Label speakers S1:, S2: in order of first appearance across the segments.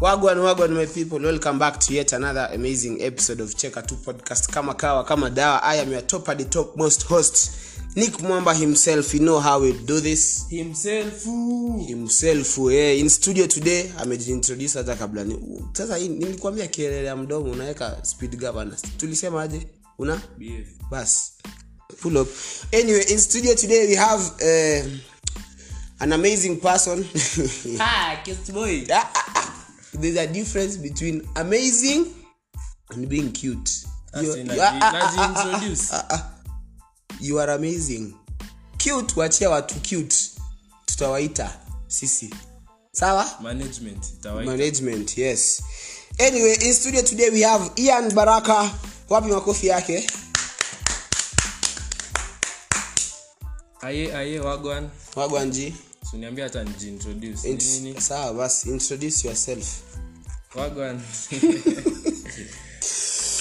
S1: wagwan wagwan my people welcome back to yet another amazing episode of cheka 2 podcast kama kawa kama dawa i am your top at the top most host nick mwamba himself you know how we do this
S2: himself
S1: himself eh, in studio today amejiintroduce hata kabla ni, sasa hii nilikwambia kelele ya mdomo unaweka speed governance tulisema aje una bas pull up anyway in studio today we have uh, an amazing person
S2: ah guest boy
S1: Ah, ah, ah. there's a difference between amazing and being cute you,
S2: Asi,
S1: you, ah, ah,
S2: naji- najiintroduce.
S1: you are amazing cute wachia watu cute tutawaita sisi sawa
S2: management itawaita.
S1: management yes anyway in studio today we have ian baraka wapi makofi yake
S2: aye aye wagwan
S1: wagwanji
S2: suniambia hata nijiintroduce
S1: Int-
S2: Ni nini
S1: sawa basi introduce yourself
S2: wagwan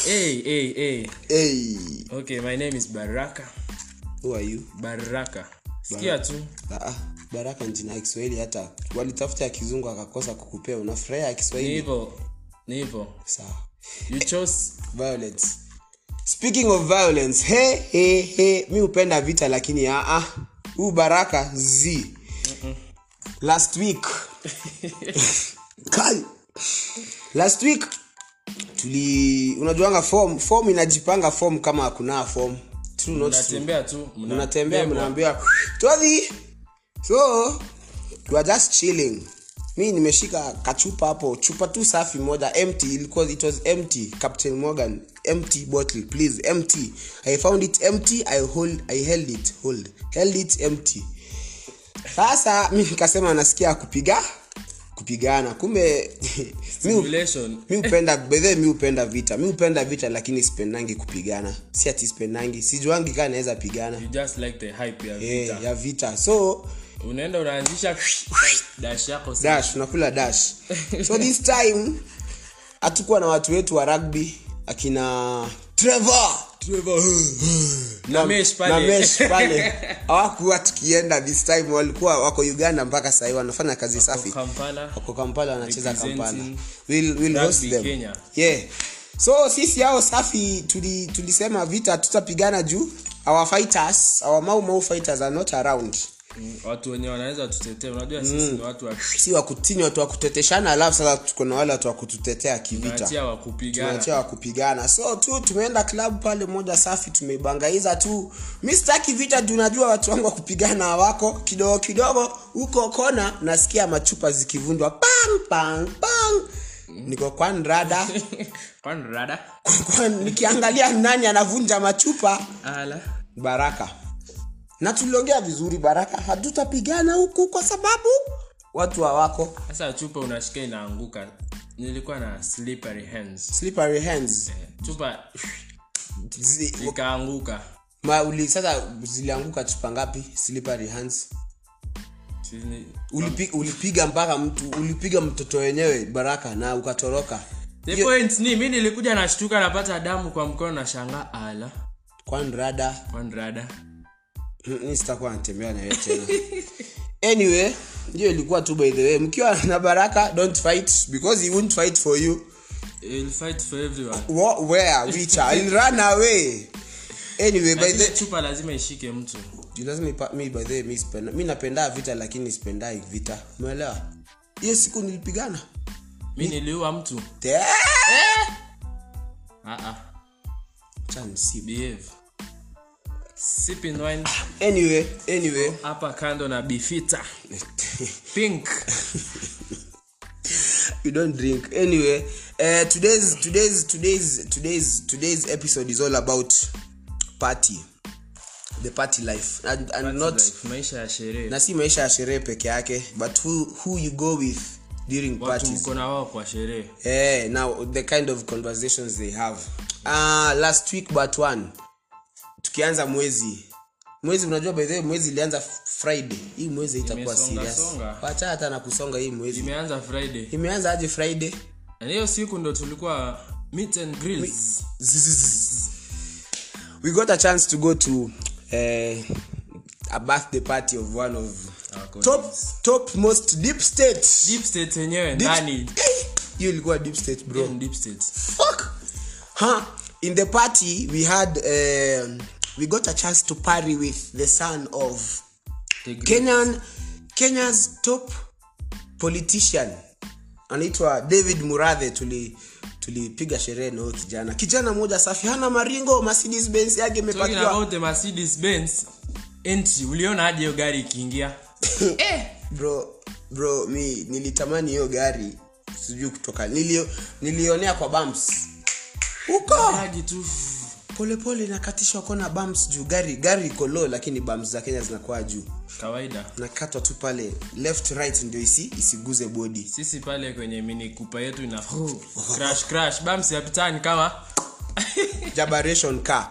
S2: hey hey hey
S1: hey
S2: okay my name is baraka
S1: who are you
S2: baraka sikia tu
S1: Ah, ah, baraka njina ya kiswahili hata walitafuta ya kizungu akakosa kukupea unafurahia ya
S2: ni
S1: kiswahili
S2: hivyo ni hivyo
S1: sawa
S2: you chose
S1: violence speaking of violence he he he mi hupenda vita lakini aa huu baraka z last week Kai. last week tuli unajuanga form form inajipanga form kama hakuna form true not true
S2: mnatembea tu mna-
S1: mnatembea
S2: bebwa.
S1: mnaambia todhi so you are just chilling mi nimeshika kachupa hapo chupa tu safi moja empty ilikuwa it was empty captain morgan empty bottle please empty i found it empty i hold i held it hold held it empty sasa mi nikasema nasikia kupiga kupigana kumbe mi hu-
S2: Simulation.
S1: mi upenda bedhe mi upenda vita mi upenda vita lakini sipendangi kupigana si ati sipendangi sijuangi kaa naweza pigana
S2: you just like the hype ya
S1: Eh,
S2: vita
S1: ya vita so
S2: unaenda unaanzisha dash yako si-
S1: dash unakula dash so this time hatukuwa na watu wetu wa rugby akina trevor
S2: na mesh pale.
S1: na mesh pale hawakuwa tukienda this time walikuwa wako uganda mpaka sahii wanafanya kazi safi
S2: kampala
S1: wako kampala wanacheza
S2: Representing
S1: kampala we'll, we'll
S2: rugby
S1: host them
S2: Kenya.
S1: yeah so sisi hao safi tuli, tulisema vita tutapigana juu our fighters our mau mau fighters are not around
S2: Mm, watu wenye wanaweza tutetee
S1: Mm.
S2: unajua sisi ni watu
S1: si wakutini watu wakuteteshana alafu sasa tuko na wale watu wakututetea kivita
S2: wakuatia wakupigana
S1: tunachia wakupigana so tu tumeenda klabu pale moja safi tumeibangaiza tu mi sitaki vita juu najua watu wangu wakupigana hawako kidogo kidogo huko kona nasikia machupa zikivundwa pang pang pang niko kwan rada
S2: Kwani rada
S1: Kwan- nikiangalia nani anavunja machupa
S2: ala
S1: baraka na tuliongea vizuri baraka hatutapigana huku kwa sababu watu hawako
S2: sasa chupa unashika inaanguka nilikuwa na slippery hands Eh,
S1: slippery hands
S2: chupa
S1: Zi-
S2: ikaanguka
S1: ma, uli, sasa zilianguka chupa ngapi slippery hands
S2: Sini-
S1: Ulipi, ulipiga mpaka mtu ulipiga mtoto wenyewe baraka na ukatoroka
S2: the point ni mi nilikuja nashtuka napata damu kwa mkono na shanga ala
S1: kwanrada
S2: Kwani rada
S1: mi sitakuwa natembea nawe tena anyway ndio ilikuwa tu by the way mkiwa na baraka don't fight because he won't fight for you
S2: I'll fight for everyone
S1: What, where wicha He'll run away anyway by
S2: Lakini
S1: the
S2: chupa lazima ishike mtu
S1: You lazima ipa- mi by the way, mi sipenda mi napenda vita lakini sipendai vita umeelewa hiyo siku nilipigana
S2: mi niliua mtu
S1: Te-
S2: Ah, ah.
S1: Acha nisibe.
S2: behave sipping wine
S1: anyway anyway
S2: hapa kando na bifita pink
S1: we don't drink anyway uh, today's today's today's today's today's episode is all about party the party life and, and not
S2: Like, maisha ya sherehe
S1: na si maisha ya sherehe peke yake but who, who you go with during
S2: watu
S1: parties
S2: mko na wao kwa sherehe
S1: Eh, now the kind of conversations they have uh, last week but one tukianza mwezi mwezi unajua by the way mwezi ilianza friday hii mwezi itakuwa
S2: Imesonga
S1: serious
S2: songa.
S1: wacha hata na kusonga hii mwezi
S2: imeanza friday
S1: imeanza aje friday
S2: Na hiyo siku ndo tulikuwa meet and grills
S1: Zzzz. we got a chance to go to uh, a birthday party of one of
S2: Our colleagues.
S1: top top most deep state
S2: deep state
S1: Deep-
S2: yenyewe ndani
S1: hiyo ilikuwa deep state bro
S2: Hiyo ni deep state.
S1: fuck huh in the party we had um, we got a chance to party with the son of
S2: The great-
S1: kenyan kenya's top politician anaitwa david murathe tuli tulipiga sherehe nao kijana kijana moja safi hana maringo mercedes benz yake
S2: Talking
S1: imepakiwa
S2: about the Mercedes Benz entry, uliona aje hiyo gari ikiingia? eh,
S1: bro bro mi nilitamani hiyo gari sijui kutoka nilio, nilionea kwa bumps huko
S2: aje tu.
S1: polepole nakatishwa kona bumps juu gari gari iko low lakini bumps za kenya zinakuwa juu
S2: Kawaida.
S1: nakatwa tu pale left right ndio isi, isiguze bodi
S2: Sisi pale kwenye mini kupa yetu ina crash crash, bumps yapitani kama
S1: jabaration car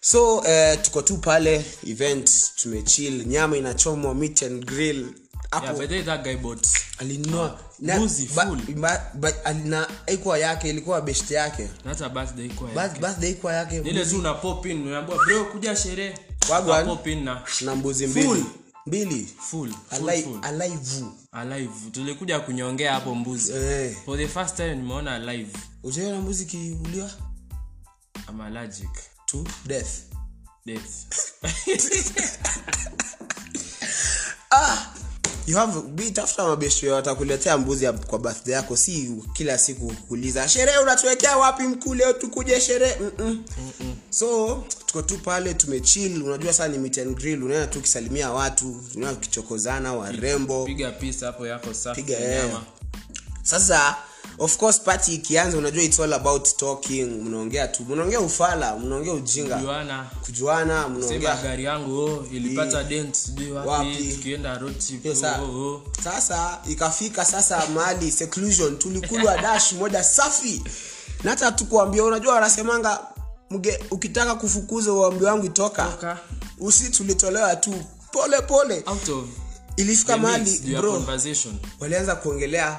S1: so uh, tuko tu pale event tumechill nyama inachomwa meat and grill
S2: yeah,
S1: hapo
S2: by the way that guy bought
S1: alinunua
S2: Mbuzi
S1: ba-
S2: full.
S1: ba- ba- alina ikwa yake ilikuwa best yake
S2: na hata birthday kwa
S1: Bas- birthday ikwa yake
S2: ile tu una pop in unaambiwa bro kuja sherehe
S1: Wagwan.
S2: Una pop in na
S1: na mbuzi
S2: Full.
S1: mbili mbili
S2: full full,
S1: Alai-
S2: full
S1: alaivu
S2: alive tulikuja kunyongea hapo mbuzi
S1: eh
S2: for the first time nimeona alive
S1: ujaona mbuzi kiuliwa
S2: I'm allergic
S1: to death
S2: death
S1: ah you have be tafuta mabeshte watakuletea mbuzi ya, kwa birthday yako si kila siku kuuliza sherehe unatuwekea wapi mkuu leo tukuje sherehe Mm-mm. so tuko tu pale tumechill unajua saa ni meet and grill unaenda tu ukisalimia watu unaenda ukichokozana warembo
S2: piga piece hapo yako safi
S1: Piga,
S2: ya
S1: eh.
S2: nyama
S1: sasa of course party ikianza unajua it's all about talking mnaongea tu mnaongea ufala mnaongea ujinga
S2: Juana
S1: kujuana
S2: sema
S1: mnaongea
S2: gari yangu oh, ilipata dent sijui
S1: Wapi.
S2: wapi tukienda road trip
S1: Hiyo saa.
S2: oh, oh.
S1: sasa ikafika sasa mali seclusion tulikulwa dash moja safi na hata tukuambia unajua wanasemanga mge ukitaka kufukuza uambi wangu itoka
S2: Toka.
S1: usi tulitolewa tu pole pole
S2: out of
S1: ilifika
S2: the mix,
S1: mali
S2: your
S1: bro
S2: conversation
S1: walianza kuongelea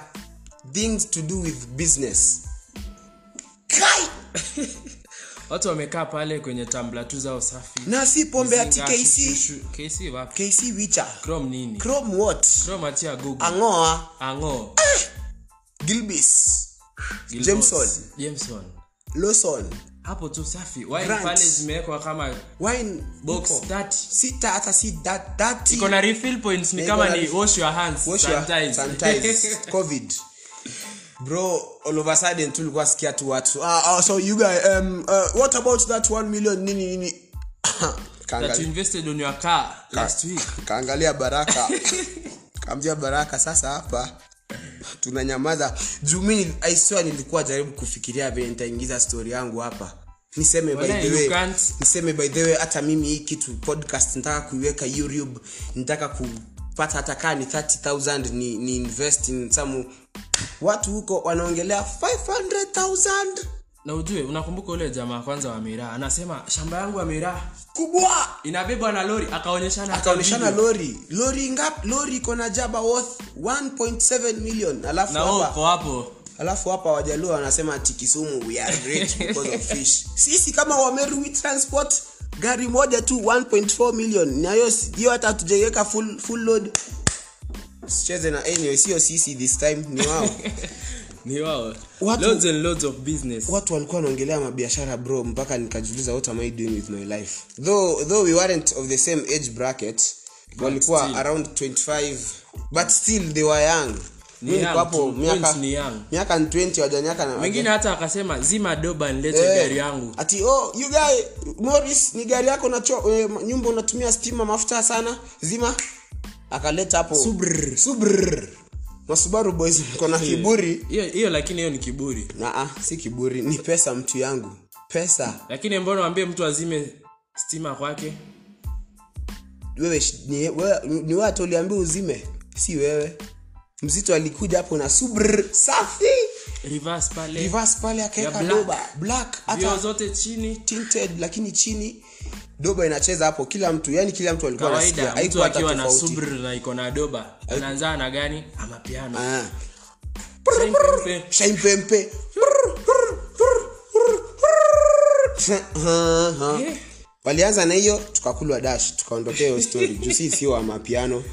S1: things to do with business Kai!
S2: watu wamekaa pale kwenye tambla tu zao safi
S1: na si pombe ya
S2: Mzinga,
S1: tkc
S2: shushu, KC wapi
S1: kc wicha
S2: chrome nini
S1: crom wat
S2: chrome atia
S1: Ah,
S2: google
S1: angoa
S2: ango
S1: gilbis Jameson.
S2: jameson
S1: lawson
S2: hapo tu safi wine
S1: Grant.
S2: pale zimewekwa kama
S1: wine
S2: box
S1: uko.
S2: 30
S1: sita hata si that, that
S2: iko na refill points ni
S1: Iko
S2: kama
S1: na
S2: ni
S1: refill-
S2: wash your hands
S1: Wash your-
S2: sanitize.
S1: sanitize. covid bro all of a sudden tulikuwa sikia tu watu ah, ah, so you guy um, uh, what about that 1 million nini nini
S2: that you
S1: Kaangali-
S2: invested on your car last week
S1: kaangalia baraka kaambia baraka sasa hapa tunanyamaza juu mi aiswa nilikuwa jaribu kufikiria vile nitaingiza story yangu hapa niseme by
S2: Walai,
S1: the
S2: you
S1: way
S2: can't.
S1: niseme by the way hata mimi hii kitu podcast nitaka kuiweka youtube nitaka kupata hata kaa ni 30000 ni, ni invest in some watu huko wanaongelea 500000
S2: na ujue unakumbuka ule jamaa kwanza wa miraa anasema shamba yangu ya miraa
S1: kubwa
S2: inabebwa na lori akaonyeshana hata
S1: akaonyeshana
S2: video.
S1: lori lori ngap lori iko na jaba worth 1.7 million alafu
S2: na wewe
S1: hapa
S2: uko hapo
S1: alafu hapa wajaluo wanasema ati kisumu we are rich because of fish sisi kama wameru we transport gari moja tu 1.4 million na hiyo hiyo hata hatujaiweka full, full load sicheze na anyway sio sisi this time ni wao
S2: ni wao
S1: Watu-
S2: loads and loads of business
S1: watu walikuwa wanaongelea mabiashara bro mpaka nikajiuliza what am i doing with my life though, though we weren't of the same age bracket walikuwa
S2: still.
S1: around 25 but still they were young
S2: Ni
S1: Mi niko
S2: young
S1: hapo
S2: tu,
S1: miaka
S2: twins ni young.
S1: miaka ni 20 wajanyaka na
S2: wengine hata akasema zima doba nilete
S1: Eh,
S2: gari yangu
S1: ati oh you guy Morris ni gari yako unacho eh, nyumba unatumia stima mafuta sana zima akaleta hapo subr subr masubaru boys mko na kiburi
S2: hiyo hiyo lakini hiyo ni kiburi
S1: na ah, si kiburi ni pesa mtu yangu pesa
S2: lakini mbona wambie mtu azime stima kwake
S1: wewe sh- ni wewe- ni- ni wewe hata uliambiwa uzime si wewe mzito alikuja hapo na subr safi
S2: reverse pale
S1: reverse pale akaeka
S2: Ya black.
S1: doba black
S2: vio
S1: hata
S2: zote chini
S1: tinted lakini chini doba inacheza hapo kila mtu yani kila mtu alikuwa anasikia
S2: kawaida mtu
S1: haikuwa hata
S2: akiwa na
S1: tofauti
S2: subr na iko na doba anaanzaa na gani amapiano
S1: Ah.
S2: Shaimpempe.
S1: shaimpempe
S2: Eh,
S1: walianza na hiyo tukakulwa dash tukaondokea hiyo story juu si sio wa mapiano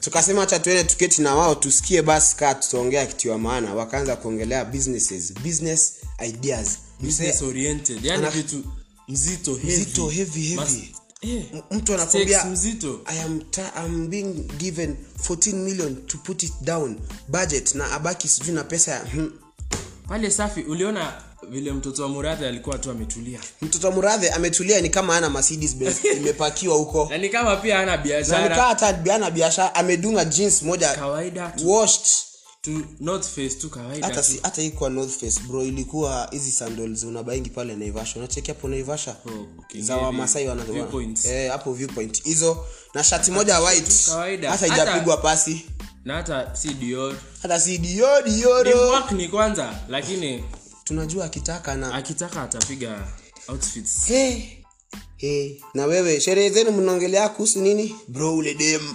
S1: tukasema hacha tuende tuketi na wao tusikie basi kaa tutaongea kitu ya maana wakaanza kuongelea businesses business ideas
S2: business oriented yani
S1: Ana-
S2: vitu mzito heavy.
S1: Mzito, heavy, heavy.
S2: Mas- eh,
S1: M- mtu
S2: stakes
S1: anakwambia
S2: mzito
S1: I am ta- I'm being given 14 million to put it down budget na abaki sijui na pesa ya hmm.
S2: pale safi uliona vile mtoto wa muradhi alikuwa tu ametulia
S1: mtoto muradhe ametulia ni kama ana mercedes benz imepakiwa huko
S2: na ni kama pia hana
S1: na
S2: biashara
S1: nikaa hata biana biashara amedunga jeans moja
S2: kawaida tu,
S1: washed
S2: tu not face tu kawaida
S1: hata
S2: tu.
S1: si hata ikuwa north face bro ilikuwa hizi sandals unabaingi pale naivasha unachekia hapo naivasha
S2: Oh, okay.
S1: za wamasai wana-
S2: Viewpoints.
S1: eh, hapo viewpoint hizo na shati moja white
S2: kawaida.
S1: hata
S2: Hata-
S1: ijapigwa pasi
S2: na hata si dior
S1: hata si dio
S2: Ni
S1: dioro
S2: work ni kwanza lakini
S1: tunajua akitaka na
S2: akitaka atapiga outfits
S1: hey. Hey. na wewe sherehe zenu mnaongelea kuhusu nini bro ule dem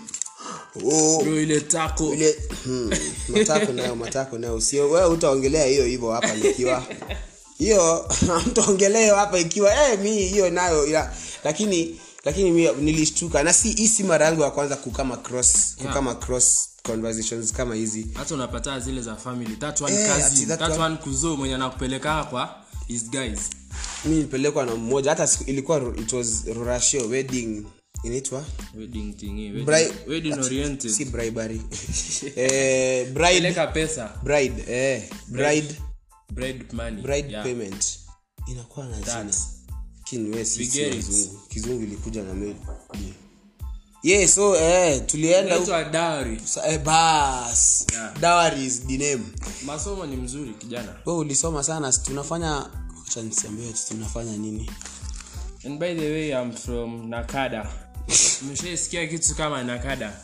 S1: oh.
S2: Bro, ile tako
S1: ule hmm. matako nayo matako nayo sio wewe utaongelea hiyo hivyo hapa nikiwa hiyo mtaongelea hapa ikiwa eh mi hiyo nayo ila lakini lakini mi nilishtuka na si hii si mara yangu ya kwanza kukama cross
S2: Ah.
S1: kukama cross conversations kama hizi
S2: hata unapata zile za family that one
S1: Eh,
S2: cousin
S1: ati that
S2: that
S1: one-
S2: one kuzo mwenye anakupeleka kwa is guys
S1: mi nilipelekwa na mmoja hata siku- ilikuwa ru- it was rurashio wedding inaitwa
S2: wedding thing eh, wedding,
S1: Bri-
S2: wedding oriented
S1: si bribery eh, bride
S2: peleka pesa
S1: bride eh, bride
S2: bride money
S1: bride
S2: yeah.
S1: payment inakuwa na jina
S2: That.
S1: kinwe sisi
S2: Vigeri.
S1: wazungu kizungu ilikuja na meli yeah so eh,
S2: Yaani
S1: tulienda huko
S2: Inaitwa dowry
S1: Sa- eh, bas
S2: Yeah.
S1: dowry is the name
S2: masomo ni mzuri kijana
S1: wewe ulisoma sana si tunafanya acha nisiambie tu tunafanya nini
S2: and by the way I'm from Nakada umeshaisikia kitu kama Nakada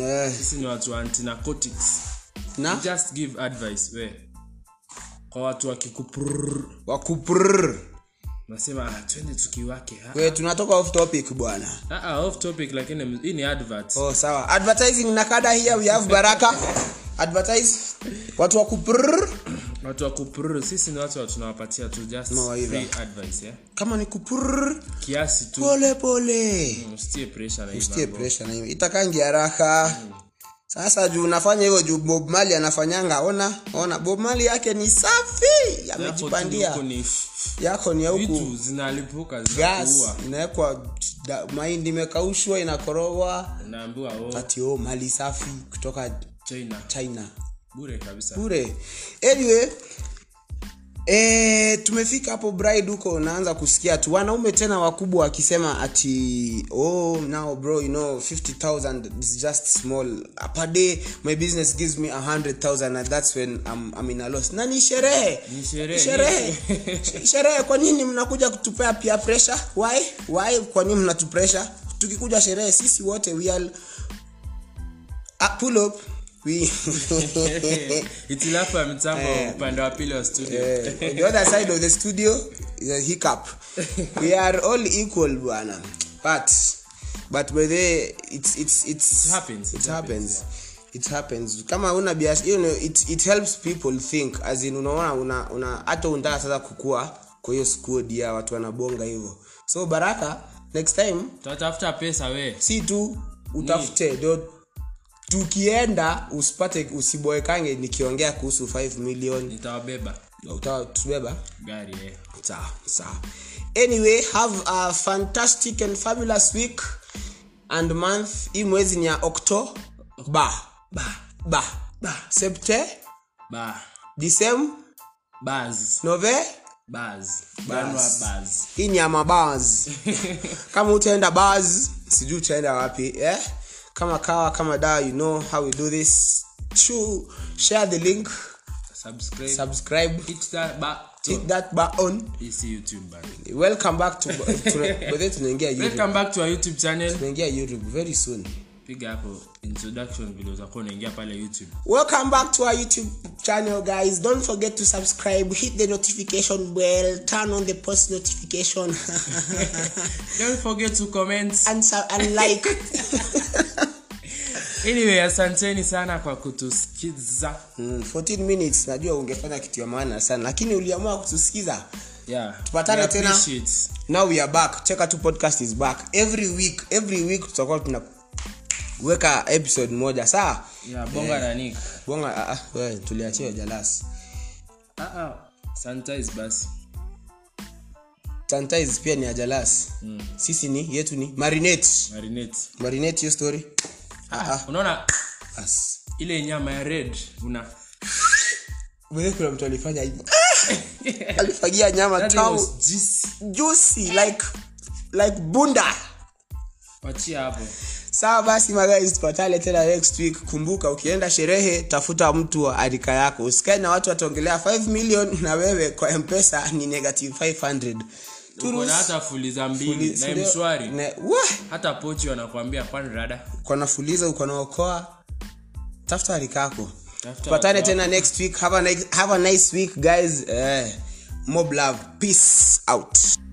S1: eh,
S2: sisi ni watu wa antinarcotics
S1: na
S2: just give advice we kwa watu wakikuprrr
S1: wakuprr
S2: nasema ah, twende tukiwake ah,
S1: we tunatoka off topic bwana
S2: ah, ah, off topic lakini hii ni advert
S1: oh sawa advertising na kada here we have baraka advertise watu wakuprr
S2: watu wa kupruru sisi ni watu wa tunawapatia tu just
S1: Mawaidha.
S2: free advice yeah?
S1: kama ni kuprr
S2: kiasi tu
S1: pole pole
S2: msitie pressure na hii
S1: Usitie
S2: mambo.
S1: pressure na hiyo itakangi haraka sasa juu unafanya hivyo juu bob mali anafanyanga ona ona bob mali yake ni safi
S2: Hapo tu huko
S1: amejipandia
S2: ni
S1: yako ni ya huku
S2: vitu zinalipuka
S1: gas
S2: zinakuua
S1: inawekwa da- mahindi imekaushwa inakorogwa
S2: naambiwa oh,
S1: ati oh, mali safi kutoka
S2: china
S1: china
S2: bure kabisa
S1: bure anyway E, tumefika hapo bride huko unaanza kusikia tu wanaume tena wakubwa wakisema ati oh now bro you know 50000 is just small per day my business gives me 100000 and that's when I'm, I'm in a loss na ni sherehe
S2: Ni sherehe.
S1: sherehe Sh- sherehe kwa nini mnakuja kutupea pia pressure why why kwa nini mnatu pressure tukikuja sherehe sisi wote we are Ah, pull up we
S2: Eh, itilafu ya mitambo upande wa pili wa studio
S1: Eh, on the other side of the studio is a hiccup we are all equal bwana but but by the way, it's it's it's
S2: It happens,
S1: it,
S2: it
S1: happens, it happens kama una biashara you know it it helps people think as in unaona una una hata unataka sasa kukua kwa hiyo squad ya watu wanabonga hivyo so baraka next time
S2: tutatafuta pesa we
S1: si tu utafute ndio tukienda usipate usiboekange nikiongea kuhusu 5 million
S2: nitawabeba
S1: utatubeba
S2: gari eh.
S1: sawa sawa anyway have a fantastic and fabulous week and month hii mwezi ni ya oktoba ba ba ba septe
S2: ba
S1: disem
S2: baz
S1: nove
S2: baz banwa baz
S1: hii ni ya mabars kama utaenda bars sijui utaenda wapi eh? kama kawa kama dawa you know how we do this Chu, share the link
S2: subscribe
S1: subscribe
S2: hit that button
S1: hit that button
S2: is youtube button.
S1: welcome back to tuna- by the way tunaingia youtube
S2: welcome back to our youtube channel
S1: tunaingia youtube very soon
S2: piga hapo introduction vile utakuwa unaingia pale youtube
S1: welcome back to our youtube channel guys don't forget to subscribe hit the notification bell turn on the post notification
S2: don't forget to comment
S1: and, su- and like
S2: anyway asanteni sana kwa kutusikiza
S1: Hmm, mm, 14 minutes najua ungefanya kitu ya maana sana lakini uliamua kutusikiza
S2: yeah
S1: Tupatane
S2: We
S1: tena.
S2: appreciate.
S1: now we are back cheka tu podcast is back every week every week tutakuwa tunaweka episode moja saa
S2: yeah bonga na nick
S1: bonga ah, ah, wewe, tuliachiwa jalas
S2: ah ah sanitize basi
S1: sanitize pia ni ya jalas sisi ni yetu ni marinate
S2: marinate
S1: marinate hiyo story ah, ah.
S2: unaona
S1: As.
S2: ile nyama ya red una
S1: Mwenye kuna mtu alifanya hivi Ah! alifagia nyama
S2: That thing
S1: tamu
S2: was juicy.
S1: juicy like like bunda
S2: wachia hapo
S1: sawa basi magazi tupatane tena next week kumbuka ukienda sherehe tafuta mtu wa arika yako usikae na watu wataongelea 5 million na wewe kwa mpesa ni negative 500
S2: uko na hata fuli za mbili na mshwari hata pochi wanakuambia kwani rada
S1: kwanafuliza uko naokoa tafuta arika yako
S2: Tafuta
S1: tupatane
S2: watu
S1: tena next week have a, nice, have a nice week guys eh, mob love peace out